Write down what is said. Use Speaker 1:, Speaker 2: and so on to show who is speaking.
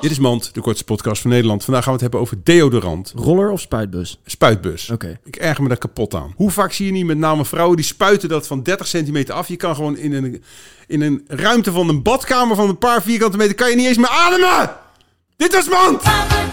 Speaker 1: Dit is Mand, de kortste podcast van Nederland. Vandaag gaan we het hebben over deodorant,
Speaker 2: Roller of spuitbus?
Speaker 1: spuitbus.
Speaker 2: Oké.
Speaker 1: Ik erger me daar kapot aan. Hoe vaak zie je niet met name vrouwen die spuiten dat van 30 centimeter af? Je kan gewoon in een, in een ruimte van een badkamer van een paar vierkante meter... kan je niet eens meer ademen! Dit was Mand!
Speaker 3: Papa